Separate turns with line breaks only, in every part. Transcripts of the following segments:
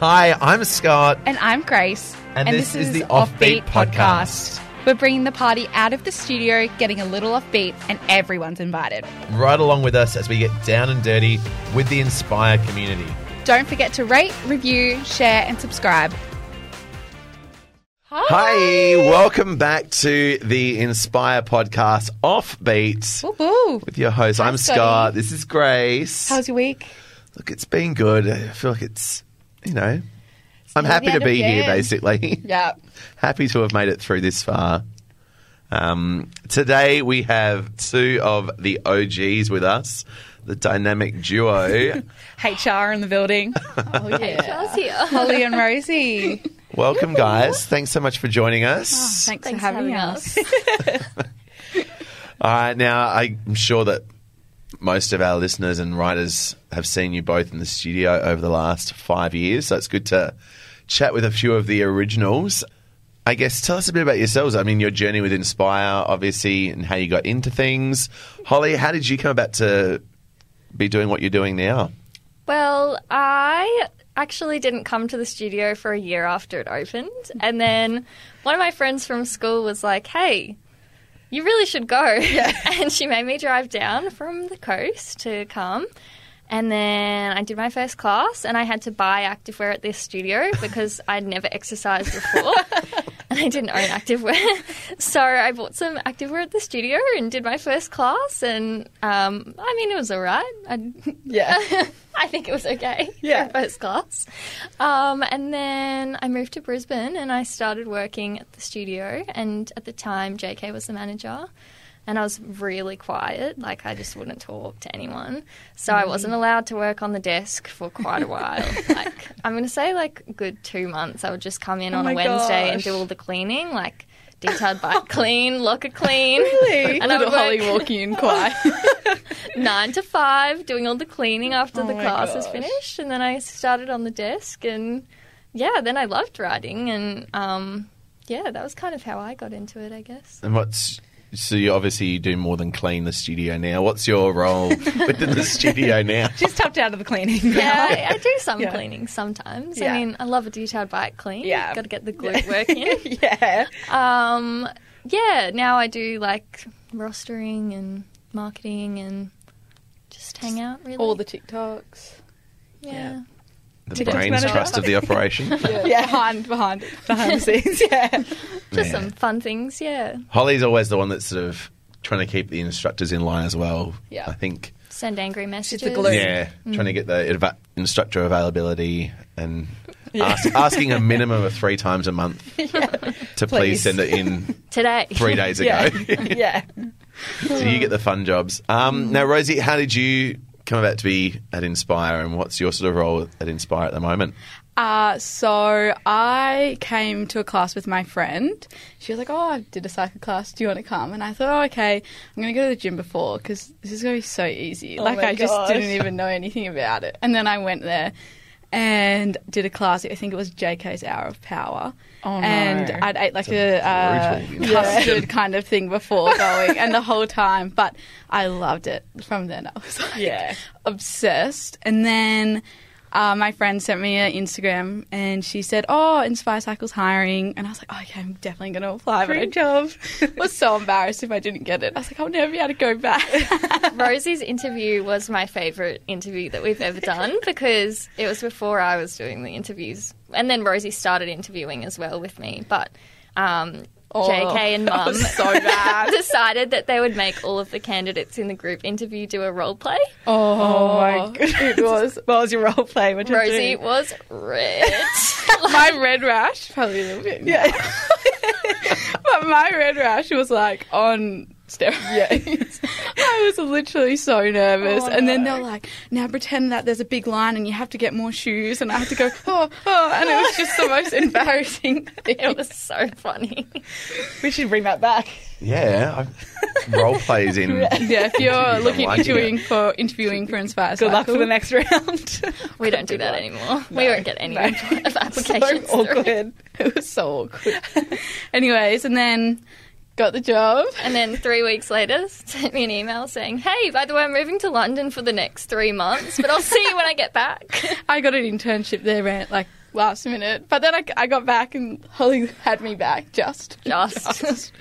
Hi, I'm Scott.
And I'm Grace.
And this is the Offbeat Podcast.
We're bringing the party out of the studio, getting a little offbeat, and everyone's invited.
Right along with us as we get down and dirty with the Inspire community.
Don't forget to rate, review, share, and subscribe.
Hi, welcome back to the Inspire Podcast Offbeat
Woo woo.
with your host. I'm
Scotty.
Scott. This is Grace.
How's your week?
Look, it's been good. I feel like it's, you know, I'm
nearly
happy
the
to
end of
be here,
Jan.
basically.
Yeah.
happy to have made it through this far. Um, today we have two of the OGs with us, the dynamic duo.
HR in the building. Oh, yeah.
Charles here.
Holly and Rosie.
Welcome, guys. Thanks so much for joining us.
Thanks,
Thanks
for having, us.
All right, Uh, now I'm sure that most of our listeners and writers have seen you both in the studio over the last five years, so it's good to chat with a few of the originals. I guess tell us a bit about yourselves. I mean, your journey with Inspire, obviously, and how you got into things. Holly, how did you come about to be doing what you're doing now?
Well, I actually didn't come to the studio for a year after it opened. And then one of my friends from school was like, hey, you really should go. and she made me drive down from the coast to come. And then I did my first class and I had to buy activewear at this studio because I'd never exercised before. and I didn't own activewear. so I bought some activewear at the studio and did my first class. And um, I mean, it was all right. I
Yeah.
I think it was okay.
Yeah.
Yeah. First class. Um, and then I moved to Brisbane and I started working at the studio. And at the time, JK was the manager. And I was really quiet. Like, I just wouldn't talk to anyone. So
Mm-hmm.
I wasn't allowed to work on the desk for quite a while. like, I'm going to say, like, a good two months. I would just come in on
Oh my
a Wednesday and
gosh.
do all the cleaning, like, detailed bike clean, locker clean.
Really?
And I would work-
walking in quiet.
nine to five, doing all the cleaning after
Oh
the
my
class was
gosh.
finished, and then I started on the desk, and yeah, then I loved writing, and um, yeah, that was kind of how I got into it, I guess.
And what's so you obviously do more than clean the studio now. What's your role within the studio now?
She's tapped out of the cleaning now.
Yeah, I, I do some
Yeah.
cleaning sometimes.
Yeah.
I mean, I love a detailed bike clean.
Yeah.
got to get the glue working.
yeah.
um, yeah, now I do like rostering and marketing and just hang out really.
All the TikToks.
yeah.
The
TikTok's
brains
manager.
trust of the operation.
Yeah. Behind, behind, behind the scenes. Yeah.
just
Yeah.
some fun things. Yeah,
Holly's always the one that's sort of trying to keep the instructors in line as well.
Yeah.
I think.
send angry messages.
glue. Boom.
Yeah, trying to get the eva- instructor availability and ask, asking a minimum of three times a month to please.
Please.
send it in
today.
three days
Yeah.
ago.
yeah. Mm.
so you get the fun jobs. Um, now, Rosie, how did you come about to be at Inspire, and what's your sort of role at Inspire at the moment?
Uh, so I came to a class with my friend. She was like, "Oh, I did a cycle class. Do you want to come?" And I thought, "Oh, okay. I'm going to go to the gym before because this is going to be so easy. like
Oh my
I just
gosh.
didn't even know anything about it." And then I went there and did a class. I think it was JK's Hour of Power.
Oh, no.
And I'd ate like a, uh,
brutal
custard kind of thing before going, and the whole time. But I loved it. From then I was like,
Yeah.
obsessed. And then uh, my friend sent me an Instagram and she said, Oh, Inspire Cycle's hiring. And I was like, oh, Okay, I'm definitely going to apply. But I
Great job.
was so embarrassed if I didn't get it. I was like, I'll never be able to go back.
Rosie's interview was my favourite interview that we've ever done because it was before I was doing the interviews. And then Rosie started interviewing as well with me. But um,
Oh,
JK and
that
Mum
was so bad.
decided that they would make all of the candidates in the group interview do a role play.
oh, my goodness. It was.
What was your role play? What did
Rosie
you do?
was red.
My red rash, probably a little bit. Yeah. but my red rash was like on steroids. I was literally so nervous.
Oh,
and then
no.
they're like, now pretend that there's a big line and you have to get more shoes. And I had to go, oh, oh. And it was just the most embarrassing thing.
it was so funny.
We should bring that back.
Yeah, I've, role plays in.
Yeah, if you're
I'm
looking
liking
interviewing for interviewing for Inspire
Good luck for the
Cycle,
next round.
We don't do that anymore. we won't get any of applications.
so
through.
awkward.
It was so awkward. Anyways, and then got the job.
And then three weeks later, sent me an email saying, "Hey, by the way, I'm moving to London for the next three months, but I'll see you when I get back."
I got an internship there, ran, like last minute. But then I, I got back and Holly had me back just.
Just.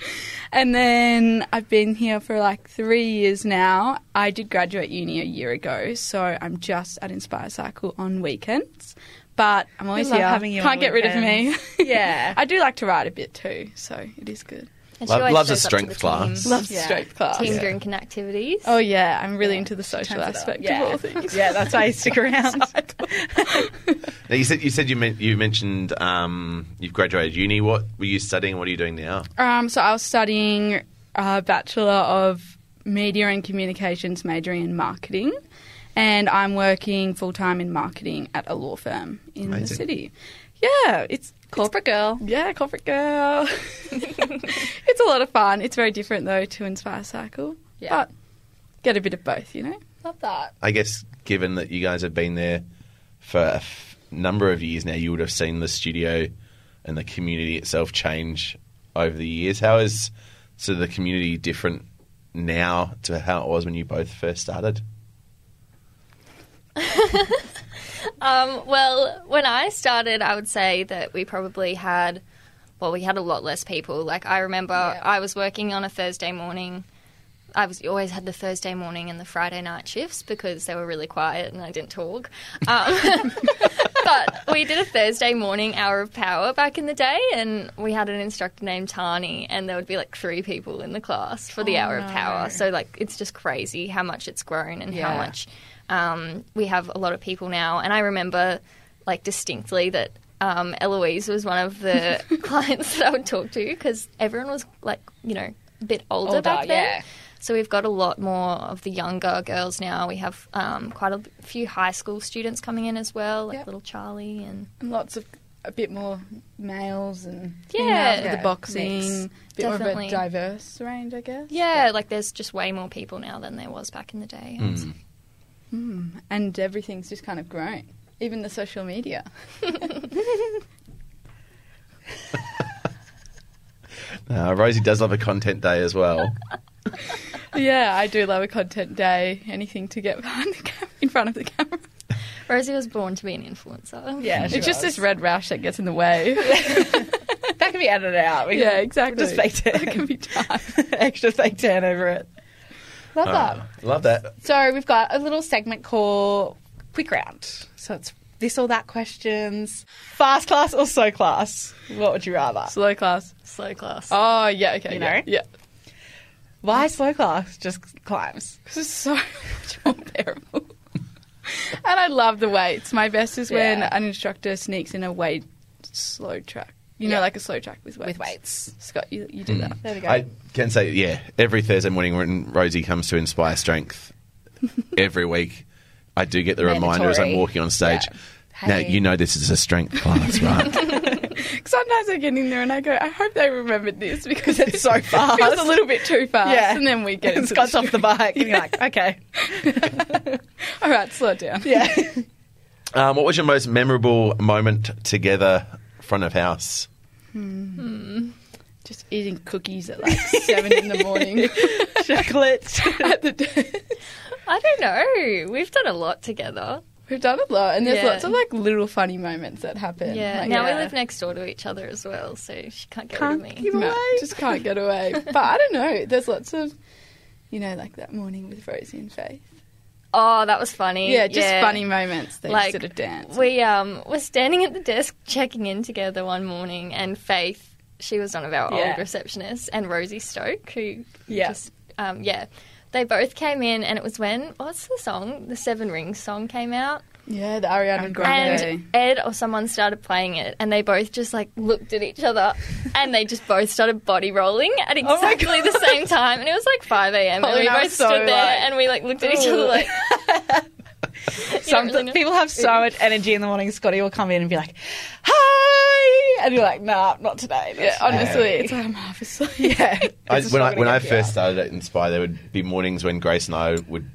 And then I've been here for like three years now. I did graduate uni a year ago, so I'm just at Inspire Cycle on weekends. But I'm always
love
here.
having you on
Can't get
weekends.
rid of me.
Yeah.
I do like to ride a bit too, so it is good.
And
Love-
always
loves a
shows up to the
strength class.
Team,
Loves
Yeah.
strength class.
team drink and activities.
Oh yeah, I'm really into the social aspect
yeah.
of all things.
Yeah, that's why you stick around.
Now, you said you said you, men- you mentioned um, you've graduated uni. What were you studying? What are you doing now?
Um, so I was studying a Bachelor of Media and Communications, majoring in marketing, and I'm working full time in marketing at a law firm in the
Amazing.
city. Yeah, it's
Corporate girl.
yeah, corporate girl. it's a lot of fun. It's very different though to Inspire Cycle,
Yeah.
but get a bit of both, you know.
Love that.
I guess given that you guys have been there for a f- number of years now, you would have seen the studio and the community itself change over the years. How is so the community different now to how it was when you both first started?
Um, well, when I started, I would say that we probably had, well, we had a lot less people. Like I remember, I was working on a Thursday morning. I was always had the Thursday morning and the Friday night shifts because they were really quiet and I didn't talk. Um, but we did a Thursday morning hour of power back in the day, and we had an instructor named Tani, and there would be like three people in the class for
Oh,
the hour of power. So like, it's just crazy how much it's grown and how
Yeah.
much um, we have a lot of people now. And I remember like distinctly that. Um, Eloise was one of the clients that I would talk to because everyone was like, you know, a bit older,
Older,
back then.
yeah.
So we've got a lot more of the younger girls now. We have um, quite a few high school students coming in as well, like
Yep.
little Charlie and
And lots of a bit more males and
Yeah.
females with
Yeah,
the boxing,
mix.
bit more
Definitely.
of a diverse range, I guess.
yeah, like there's just way more people now than there was back in the day. I would say.
and everything's just kind of grown. Even the social media.
Uh, Rosie does love a content day as well.
yeah, I do love a content day. Anything to get behind the cam- in front of the camera.
Rosie was born to be an influencer.
yeah, she
it's just
was.
this red rash that gets in the way.
that can be edited out. We
yeah,
can-
exactly.
Just fake tan.
That can be done.
extra fake tan over it.
Love that.
Uh, love that.
So we've got a little segment called Quick Round. So it's this or that questions. Fast class or slow class? What would you rather?
Slow class.
Slow class.
Oh yeah, okay.
You
yeah,
know?
yeah.
Why slow class? Just climbs.
This is so much more bearable. and I love the weights. My best is when
Yeah.
an instructor sneaks in a weight slow track. You know,
Yeah.
like a slow track with weights.
With weights.
Scott, you, you do that.
There we go.
I can say, yeah, every Thursday morning when Rosie comes to Inspire Strength, every week, I do get the reminder as I'm
Mandatory.
walking on stage. Now,
Hey.
you know this is a strength class, right?
Sometimes I get in there and I go, I hope they remembered this because
It's so fast.
It was a little bit too fast.
Yeah.
And then we get
and
into
Scott's
the
off the bike. And you're like, okay.
All right, slow down.
Yeah.
um, what was your most memorable moment together, front of house?
Just eating cookies at like seven in the morning
Chocolate.
at the day.
I don't know. We've done a lot together.
We've done a lot, and there's
Yeah.
lots of like little funny moments that happen.
Yeah.
Like,
now
yeah.
we live next door to each other as well, so she can't get
Can't
rid of me.
give
no,
away.
just can't get away. But I don't know. There's lots of, you know, like that morning with Rosie and Faith.
Oh, that was funny.
Yeah, just funny moments. They
Like,
sort of dance.
We um, were standing at the desk checking in together one morning, and Faith, she was one of our
Yeah.
old receptionists, and Rosie Stoke, who
Yeah.
just, um, yeah, they both came in, and it was when, what's the song? The Seven Rings song came out.
yeah, the Ariana Grande.
And Ed or someone started playing it, and they both just like looked at each other, and they just both started body rolling at
Oh my
exactly the same time. And it was like five a.m.
Holly
and we
and I
both
were so,
stood there
like,
and we like looked at each other
"Ugh."
like.
Some
really know.
people have so much energy in the morning. Scotty will come in and be like, "Hi," and you're like, "Nah, not today."
yeah, honestly,
Yeah.
it's like I'm half asleep.
yeah.
I,
This is
when
not
I,
gonna
when I
get you
first
out.
started at Inspire, there would be mornings when Grace and I would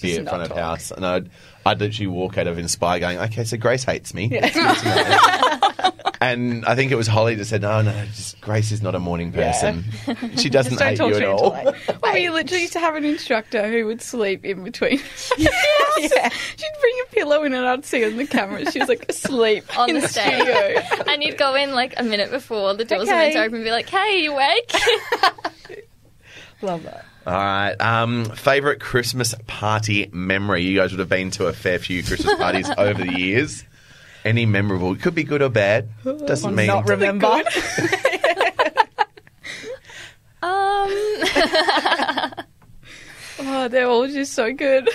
be
Just
at
not
front of
talk.
house, and I'd I'd literally walk out of Inspire going, "Okay, so Grace hates me,"
Yeah.
and And I think it was Holly that said, "No, no, just Grace is not a morning person. She doesn't
Just don't
hate
talk
you at
to me
all."
until late.
Well, we literally used to have an instructor who would sleep in between.
Yeah.
She'd bring a pillow in and I'd see on the camera. She was like asleep
On
in
the
the,
stage.
studio.
And you'd go in like a minute before the doors were meant to
Okay.
open and be like, hey, you awake?
Love that.
All right. Um, favorite Christmas party memory? You guys would have been to a fair few Christmas parties over the years. Any memorable? It could be good or bad. Doesn't mean.
Not remember.
um,
Oh, they're all just so good.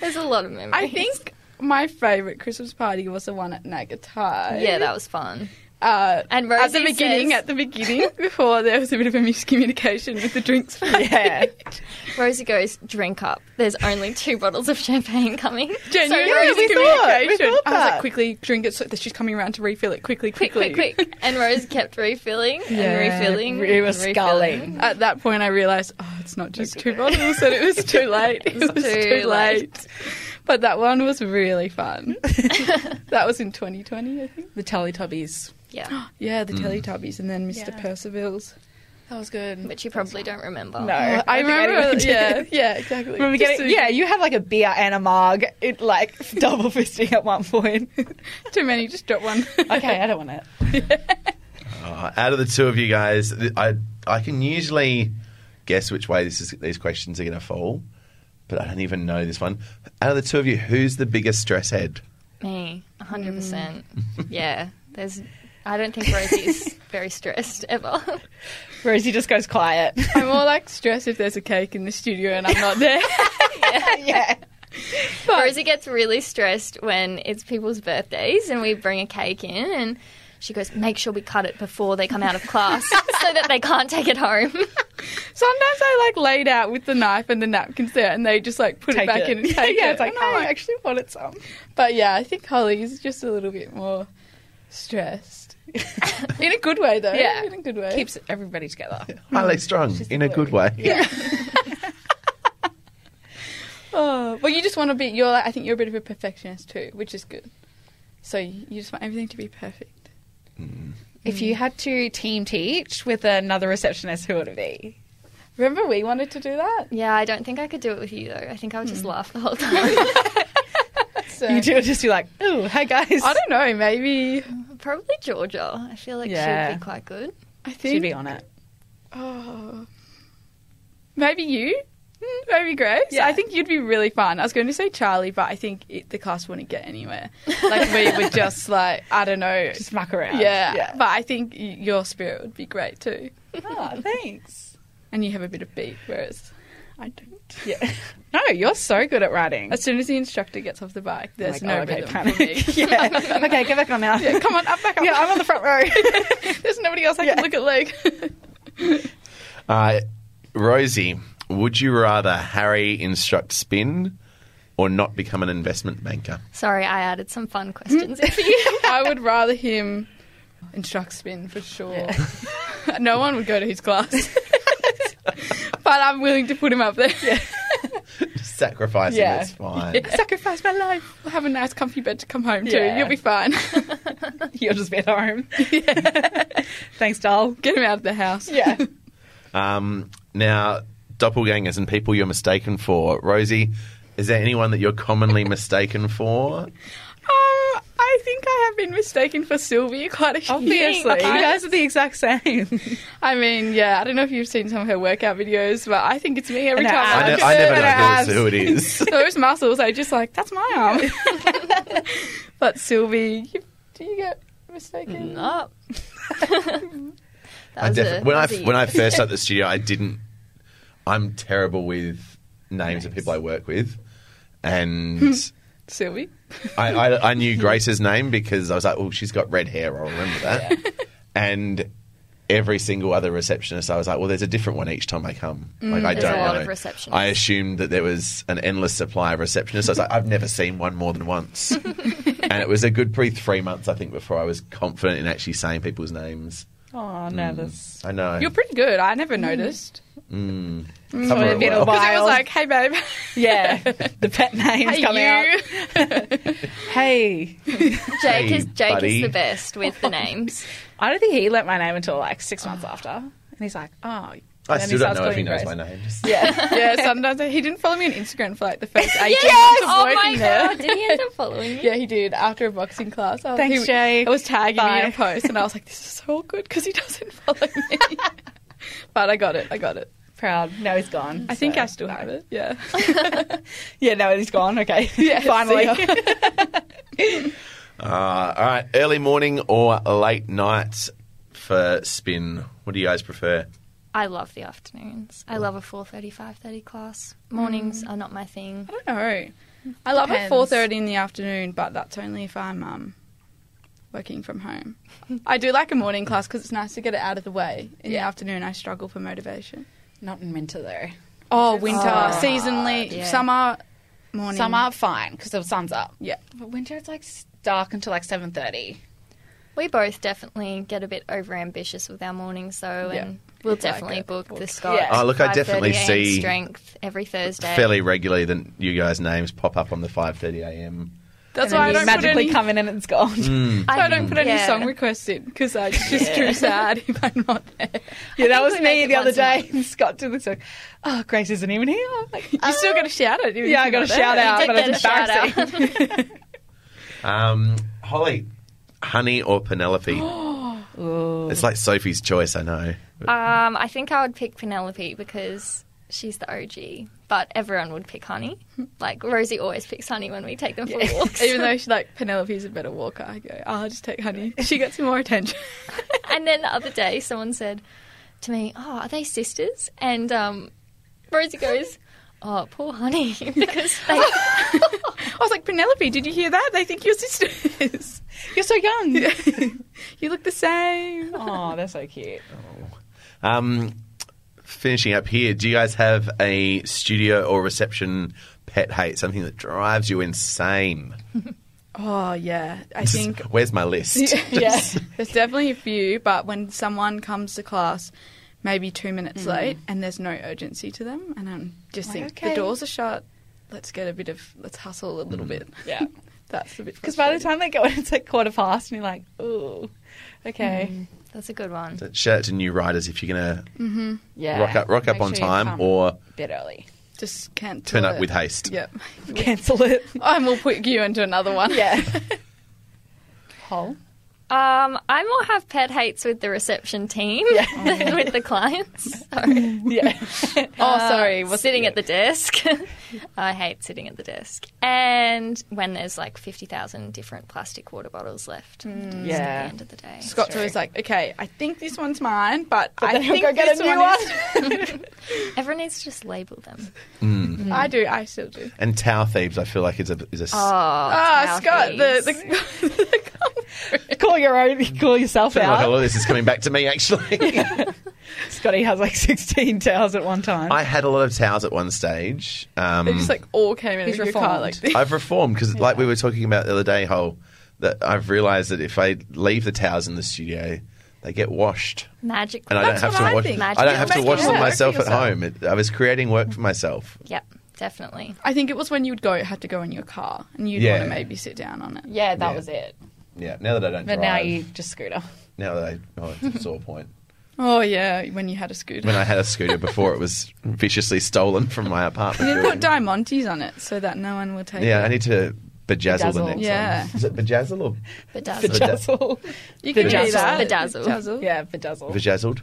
there's a lot of memories.
I think my favourite Christmas party was the one at Nagatai.
Yeah, that was fun.
Uh,
And
at
Rosie
the beginning,
says,
at the beginning, before there was a bit of a miscommunication with the drinks.
Yeah.
Rosie goes, drink up. There's only two bottles of champagne coming.
Genuine
Yeah, we thought- we
miscommunication.
thought
I was
that.
like, quickly drink it. So that she's coming around to refill it quickly,
Quick,
quickly,
quick, quick. And Rose kept refilling
Yeah.
and refilling.
We were
and refilling.
sculling.
At that point, I realised, oh, it's not just two bottles, and it was too late. It was too,
too late.
late. But that one was really fun. that was in 2020, I think.
the Teletubbies.
Yeah,
Yeah, the Teletubbies, and then Mr.
Yeah.
Percival's. Uh,
That was good.
which you probably don't remember.
No.
I,
I don't think anyone
remember.
did.
Yeah, yeah, exactly.
Remember
Just
getting,
to-
yeah, you had like a beer and a mug, it, like double fisting at one point.
too many. Just drop one.
okay, I don't want it.
Uh, out of the two of you guys, th- I I can usually guess which way this is, these questions are going to fall, but I don't even know this one. Out of the two of you, who's the biggest stress head?
Me, 100%. Yeah, there's. I don't think Rosie's very stressed ever.
Rosie just goes quiet.
I'm more like stressed if there's a cake in the studio and I'm not there.
yeah.
Rosie gets really stressed when it's people's birthdays and we bring a cake in and she goes, make sure we cut it before they come out of class so that they can't take it home.
Sometimes I like laid out with the knife and the napkins there, and they just like put
Take
it back
it.
in and take
Yeah,
it.
it's like,
And I'm
"Oh, I
actually wanted some. But yeah, I think Holly's just a little bit more stressed. in a good way, though.
Yeah.
In a good way.
Keeps everybody together.
Highly strung in a good way.
Oh, well, you just want to be, you're like, I think you're a bit of a perfectionist too, which is good. So you you just want everything to be perfect.
If you had to team teach with another receptionist, who would it be?
Remember, we wanted to do that?
yeah, I don't think I could do it with you though. I think I would just laugh the whole time.
So,
You two would just be like, ooh, hi guys.
I don't know, maybe.
Probably Georgia. I feel like
Yeah.
she'd be quite good.
I think.
She'd be on it.
Oh. Maybe you? Mm, Maybe Grace?
Yeah.
I think you'd be really fun. I was going to say Charlie, but I think it, the class wouldn't get anywhere. Like, we would just, like, I don't know.
Just muck around.
yeah. But I think y- your spirit would be great too.
Ah, thanks.
And you have a bit of beat, whereas I don't.
Yeah. No, you're so good at writing.
As soon as the instructor gets off the bike,
I'm
there's
like,
no
oh, okay,
rhythm for me.
panic. yeah. Okay, get back on now.
yeah, come on, up, back up.
Yeah, I'm on the front row.
There's nobody else I
Yeah.
can look at Luke.
Uh, Rosie, would you rather Harry instruct spin or not become an investment banker?
Sorry, I added some fun questions in for you.
I would rather him instruct spin for sure. no one would go to his class. but I'm willing to put him up there.
Sacrificing
Yeah.
is fine.
Sacrifice my life. We'll have a nice comfy bed to come home
Yeah.
to. You'll be fine.
You'll just be at home. Thanks, doll.
Get him out of the house.
Yeah.
Um, now, doppelgangers and people you're mistaken for. Rosie, is there anyone that you're commonly mistaken for?
Um, I think I have been mistaken for Sylvia quite a few
Obviously. You
times.
guys are the exact same.
I mean, yeah, I don't know if you've seen some of her workout videos, but I think it's me every
And her
time.
abs.
I,
look
ne-
at
I
her.
never
and
know
her
who it is.
Those muscles, I just like, that's my arm. but Sylvie, you, do you get mistaken?
No.
I defi- when I f- when I first started the studio, I didn't. I'm terrible with names of people I work with, and
Sylvie?
I, I, I knew Grace's name because I was like, "Oh, she's got red hair. I'll remember that." And every single other receptionist, I was like, "Well, there's a different one each time I come. Like, I
There's
don't
a lot
know."
of receptionists.
I assumed that there was an endless supply of receptionists. I was like, "I've never seen one more than once." and it was a good pre three months, I think, before I was confident in actually saying people's names.
Oh, nervous.
I know.
Mm.
Mm.
You're pretty good. I never noticed.
Somewhere
Sort of
it
middle
will.
bar.
Because it was
Wild.
like, hey, babe.
Yeah, the pet name's
Hey,
coming
you.
out. Hey,
Jake
Hey,
is Jake
buddy.
is the best with the names.
I don't think he learnt my name until like six months
Ah.
after, and he's like, "Oh."
I
and then
still don't
starts
know if he
calling me
knows my
Grace.
name.
Yeah,
yeah, sometimes he didn't follow me on Instagram for like the first eight years
Yes!
of
Oh
working
my
there.
god, did he end up following you?
Yeah, he did after a boxing class. I was,
Thanks,
he,
Jake.
I was tagging me
Bye.
in a post, and I was like, "This is so good because he doesn't follow me." but I got it. I got it.
proud. Now he's gone.
I think
so.
I still have it. Yeah.
Yeah, now he's gone. Okay,
Yeah,
finally.
see ya.
Uh, all right, early morning or late night for spin? What do you guys prefer?
I love the afternoons. I love a 4.30, 5.30 class. Mornings are not my thing.
I don't know. I love it
Depends.
four thirty in the afternoon, but that's only if I'm um, working from home. I do like a morning class because it's nice to get it out of the way. In the afternoon, I struggle for motivation.
Not in winter though.
Oh, winter,
hard,
seasonally,
yeah.
summer, morning,
Summer, fine, because the sun's up.
Yeah.
But winter, it's like s- dark until like seven thirty.
We both definitely get a bit overambitious with our mornings, though,
Yeah.
and we'll
If I
definitely
get
book the
booked.
Scott.
Yeah.
Oh, look, I
5:30
definitely
AM
see
strength every Thursday.
Fairly regularly, then you guys' names pop up on the 5:30 a.m.
That's why I don't put
magically
any. Mm.
come in and it's gone.
Hmm.
I, don't put any
yeah.
song requests in because I it's just too sad if I'm not there.
Yeah, that
think
was
we make
me
it
the other
once a
day. And Scott did this like, "Oh, Grace isn't even here." I'm like,
You still got to shout it.
yeah, I got a shout out,
did
but
get
it's
a shout out.
embarrassing.
Um, Holly, Honey or Penelope? it's like Sophie's choice, I know.
Uh,
Um, I think I would pick Penelope because she's the OG, but everyone would pick Honey. Like, Rosie always picks Honey when we take them for walks.
Even though she's like Penelope's a better walker, I go. "Oh, I'll just take honey. She gets more attention.
And then the other day, someone said to me, "Oh, are they sisters?" And um, Rosie goes, "Oh, poor honey," because they,
I was like, Penelope, did you hear that? They think you're sisters.
You're so young.
you look the same.
Oh, they're so cute.
Um, finishing up here, do you guys have a studio or reception pet hate? Something that drives you insane?
Oh yeah, I think
Where's my list?
yeah. There's definitely a few, but when someone comes to class, maybe two minutes late, and there's no urgency to them, and I'm just
Like,
think
okay.
the doors are shut. Let's get a bit of let's hustle a little
Mm.
bit.
Yeah.
That's a bit
Because by the
frustrating.
time they go in, it's like quarter past, and you're like, "Ooh, okay,
that's a good one.
Shout out to new riders if you're gonna
yeah."
rock up, rock up
Make
on
sure you
time
come
or
a bit early.
just can't
turn
do
up
it.
with haste.
Yep.
Cancel it.
And we'll put you into another one.
Yeah. Hole.
Um, I more have pet hates with the reception team than with the clients. So,
Yeah.
Oh, sorry.
uh,
What's
sitting at the desk. I hate sitting at the desk, and when there's like fifty thousand different plastic water bottles left at the
Yeah.
end of the day.
Scott's always like, okay, I think this one's mine, but, I
then he'll
think
go get a
this
new
one. is-
Everyone needs to just label them.
Mm.
I do. I still do.
And Tower Thieves, I feel like is a is a s-
Ah,
Oh,
Scott, the,
Alfie's.
the
call your own. Call yourself
I feel like a lot
out.
of this is coming back to me actually.
Scotty has like sixteen towers at one time.
I had a lot of towers at one stage. Um,
they just like all came out of
He's
your car
reformed.
like this.
I've reformed because, like we were talking about the other day, whole that I've realised that if I leave the towels in the studio, they get washed,
Magic.
and I
That's
don't have to
what I
wash.
think.
I don't have to
Magic
wash them
work for
myself at
yourself.
home. It, I was creating work for myself.
Yep, definitely.
I think it was when you'd go, had to go in your car, and you'd
Yeah.
want to maybe sit down on it.
yeah, that
Yeah.
was it.
Yeah. Now that I don't
But
drive,
now you just screwed up.
now that I oh, it's a sore point.
Oh yeah, when you had a scooter.
When I had a scooter before, it was viciously stolen from my apartment.
you need to put
building.
diamantes on it so that no one will take
yeah,
it.
I need to bedazzle, the
Bedazzle.
next
Yeah.
one. Is it bedazzle or
Bedazzle.
Bedazzle.
you can do
bedazzle.
that.
Bedazzle.
Yeah, bedazzle.
bedazzled?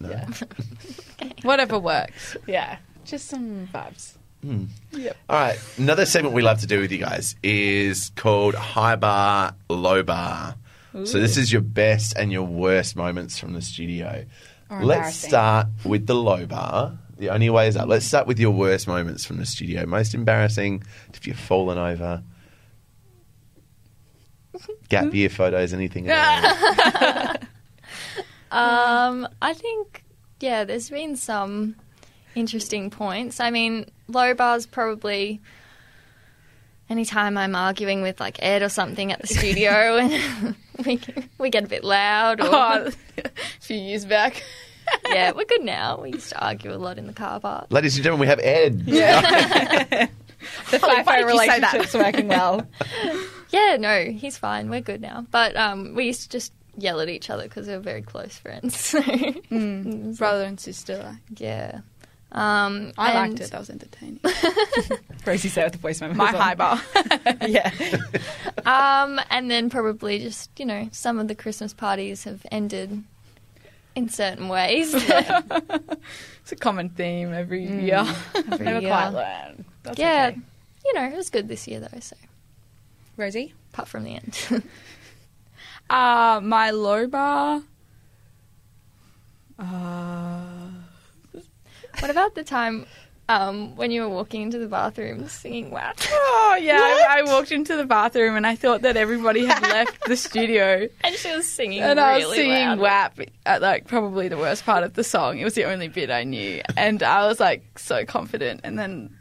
No.
Yeah.
Whatever works.
Yeah, just some vibes.
All right. Another segment we love to do with you guys is called High Bar, Low Bar. So this is your best and your worst moments from the studio. Let's
embarrassing.
start with the low bar. The only way is up. Let's start with your worst moments from the studio. Most embarrassing if you've fallen over.
Hmm?
Gap year photos, anything. at all.
Um, I think yeah, there's been some interesting points. I mean, low bars probably. Anytime I'm arguing with like Ed or something at the studio, and we we get a bit loud, or
Oh, a few years back.
yeah, we're good now. We used to argue a lot in the car park.
Ladies and gentlemen, we have Ed.
The
Why did you say
FIFO
that?
relationship's working well.
Yeah, no, he's fine. We're good now. But um, we used to just yell at each other because we were very close friends. So,
Mm. Brother and sister. Like,
yeah. Um,
I
and-
liked it. That was entertaining.
Rosie said with the voice memo.
My
was on.
high bar.
yeah.
Um, and then probably just you know some of the Christmas parties have ended in certain ways.
it's a common theme every
Mm,
year.
Every
Never
year.
quite learn. That's
yeah,
okay.
you know it was good this year though. So
Rosie?
apart from the end,
Uh, my low bar. Uh,
what about the time um, when you were walking into the bathroom singing WAP?
oh yeah, I, I walked into the bathroom and I thought that everybody had left the studio,
and she was singing
and
really
I was singing
loud.
WAP at like probably the worst part of the song. It was the only bit I knew, and I was like so confident, and then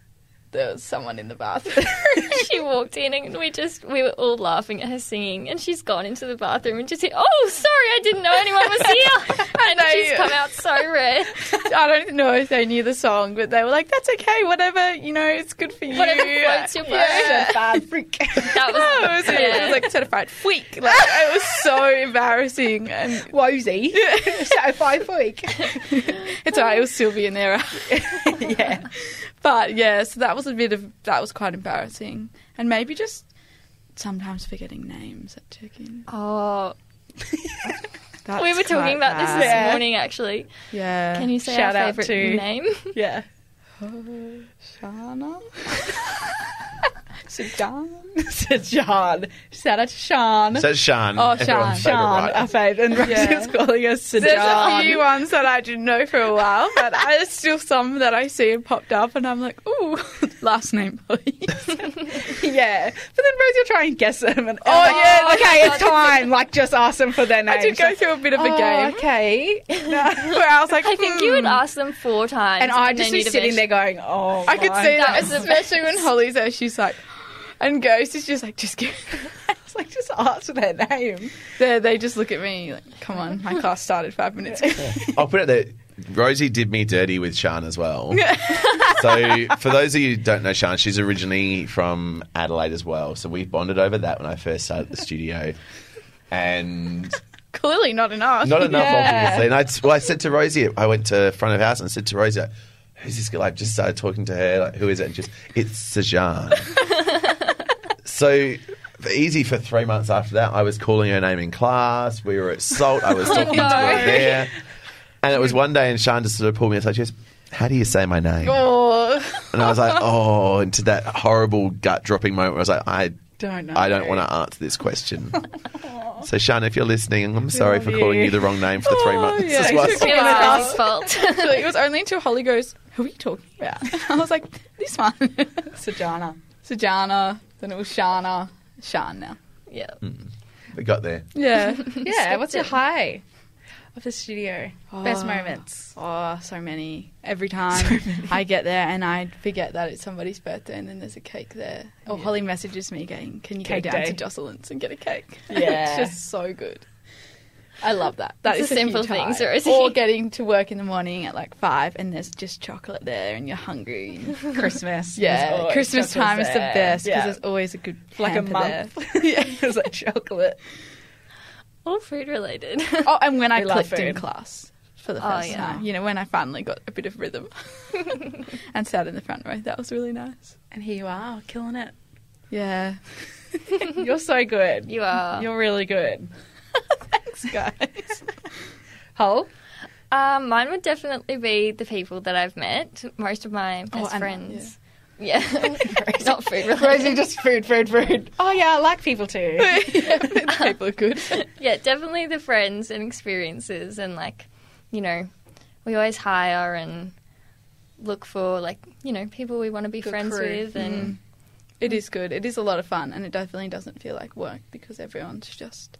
there was someone in the bathroom.
she walked in and we just we were all laughing at her singing and she's gone into the bathroom and just said, "Oh, sorry, I didn't know anyone was here." and she's come out so red.
I don't know if they knew the song, but they were like, "That's okay, whatever, you know, it's good for you."
Whatever floats your boat.
Bad freak.
That was,
No, it was, it
yeah.
was like certified freak. Like it was so embarrassing, and
Rosie? Certified freak.
it's alright. It was Sylvie in there,
yeah.
but yeah. So that was a bit of that was quite embarrassing, and maybe just sometimes forgetting names at check-in.
Oh,
That's
we were
quite
talking about this
bad.
this
Yeah.
morning, actually.
Yeah.
Can you say
Shout
our
out
favorite
to-
name?
Yeah.
Shana? Sudan?
So John. Shout out to Sean.
Says Sean.
Oh, Shan.
everyone's
Sean,
favourite
our
writer.
fave, and Rosie's
Yeah.
calling us
There's a
Sean.
few ones that I didn't know for a while, but I, there's still some that I see and popped up, and I'm like, ooh, last name, please.
Yeah, but then Rosie will try and guess them, and oh,
yeah,
yeah, okay, it's time. Like, just ask them for their name.
I did go through a bit of a game
Oh, Okay,
where I was like,
I think
hmm.
you would ask them four times,
and I just
then
was
you'd
sitting there going, oh,
I could
my
see that,
That was the
especially when
best.
Holly's there. She's like, and Ghost is just like, just give.
It's like just ask for their name.
they they just look at me like, come on, my class started five minutes ago.
I'll put it there. Rosie did me dirty with Sean as well. so, for those of you who don't know Sean, she's originally from Adelaide as well. So, we bonded over that when I first started the studio. And
Clearly not enough.
Not enough,
Yeah.
obviously. And I, well, I said to Rosie, I went to front of house and I said to Rosie, like, who's this guy? Like, just started talking to her, like, who is it? And just, it's Sajan. so easy for three months after that, I was calling her name in class. We were at Salt. I was talking to her there. And it was one day, and Shan just sort of pulled me aside. She goes, how do you say my name?
Oh,
And I was like, oh, into that horrible gut dropping moment where I was like, I
don't know.
I don't want to answer this question. so, Shan, if you're listening, I'm sorry for
love
calling
you.
you the wrong name for the three
Oh,
months.
yeah,
That's
you
why I
should
said-
It
Wow.
was his fault.
So it was only until Holly goes, "Who are you talking about?" I was like, "This one."
Sajana.
so Jana, then it was Shana, Shan now.
yeah.
we got there.
Yeah.
Yeah, what's your
it.
high of the studio? Best moments.
Oh, so many. Every time I get there and I forget that it's somebody's birthday and then there's a cake there. Or Holly messages me going, Can you
Cake
go down
day.
to Jocelyn's and get a cake?
Yeah.
it's just so good. I love that. That
It's
is
the
a
simple
huge high.
things, Rosie.
Or getting to work in the morning at like five and there's just chocolate there and you're hungry. and-
Christmas. There's
yeah,
always chocolates
Christmas time is the
there.
best because
Yeah.
there's always a good
like a
hamper
month.
there.
yeah, it's like chocolate.
All food related.
Oh, and when I
We love
clicked in
food.
class for the
Oh,
first
yeah.
time, you know, when I finally got a bit of rhythm and sat in the front row, that was really nice.
And here you are, killing it.
Yeah.
You're so good.
you are.
You're really good. Thanks, guys. Hull?
Um, mine would definitely be the people that I've met. Most of my
Oh,
best
and-
friends. Yeah. Not food related.
Rosie, just food, food, food. Oh, yeah, I like people too.
people are good.
yeah, definitely the friends and experiences and like, you know, we always hire and look for like, you know, people we want to be
Good
friends
crew. Mm.
with and
It is good. It is a lot of fun, and it definitely doesn't feel like work because everyone's just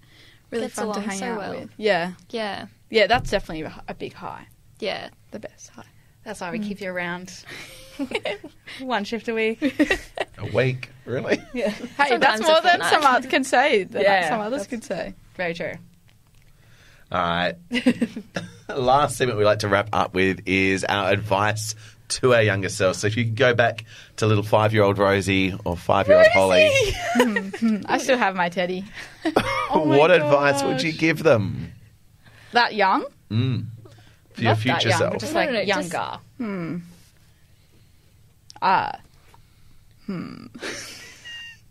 really
Gets
fun to
along
hang
so
out
well.
with. Yeah,
yeah.
yeah, that's definitely a hi- a big high,
Yeah.
the best high.
That's why we keep you around. One shift a week.
A week, really?
Yeah.
Hey,
Sometimes
that's more
a
than
fortnight.
some others can say. Than
Yeah,
some others
that's-
could say.
Very true.
All right. Last segment we like to wrap up with is our advice to our younger selves. So if you could go back to little five year old Rosie or five year old Holly,
I still have my teddy. Oh
my
what advice would
gosh.
you give them
That young?
for your
Not that
future
young,
self?
but just
No, no,
like
no,
younger.
just-
Hmm. Ah,
Um,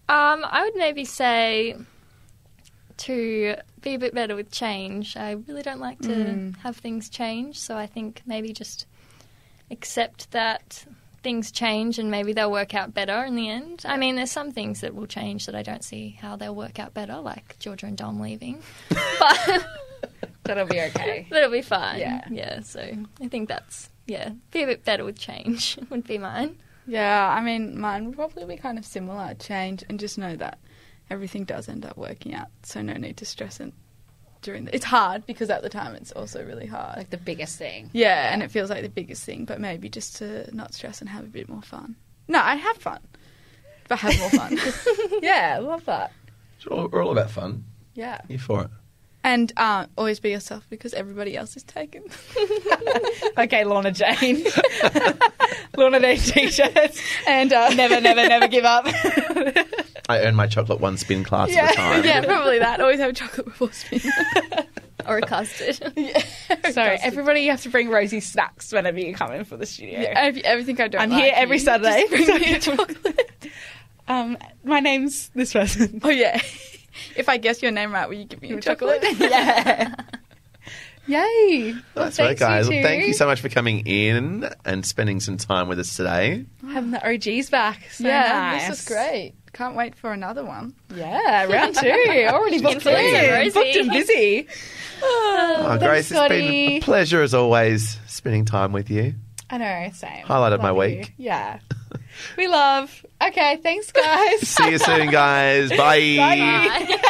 I would maybe say to be a bit better with change. I really don't like to
Mm.
have things change, so I think maybe just accept that things change and maybe they'll work out better in the end. I mean, there's some things that will change that I don't see how they'll work out better, like Georgia and Dom leaving. But
That'll be okay.
but it'll be fine.
Yeah.
Yeah, so I think that's yeah, be a bit better with change would be mine.
yeah. I mean, mine would probably be kind of similar. Change and just know that everything does end up working out. So no need to stress it during. The, it's hard because at the time it's also really hard.
Like the biggest thing.
yeah, and it feels like the biggest thing, but maybe just to not stress and have a bit more fun. No, I have fun, but have more fun. yeah, love that.
We're all- we're all about fun.
Yeah,
Here for it.
and uh, always be yourself because everybody else is taken.
Okay, Lorna Jane. Lorna Jane t shirts. And uh, never, never, never give up.
I earn my chocolate one spin class at a time.
yeah, probably that. Always have a chocolate before spin.
Or a custard.
so, everybody, you have to bring Rosie snacks whenever you come in for the studio.
Yeah, ev- everything I don't.
I'm
like
here every
you,
Saturday.
just bring me a chocolate.
um, my name's this person.
Oh yeah. If I guess your name right, will you give me a chocolate?
yeah. Yay.
That's
Well,
right,
thanks, you
guys.
two.
Well, thank you so much for coming in and spending some time with us today.
Having the OGs back. So
yeah,
nice.
this is great. Can't wait for another one.
Yeah, round two. Already booked
Influenza
in.
Rosie.
Booked and busy.
Oh,
thanks,
Grace, it's been
Scotty.
a pleasure as always spending time with you.
I know, same.
Highlight of my
Love you.
week.
Yeah. We love. Okay, thanks, guys.
See you soon, guys.
Bye.
Bye.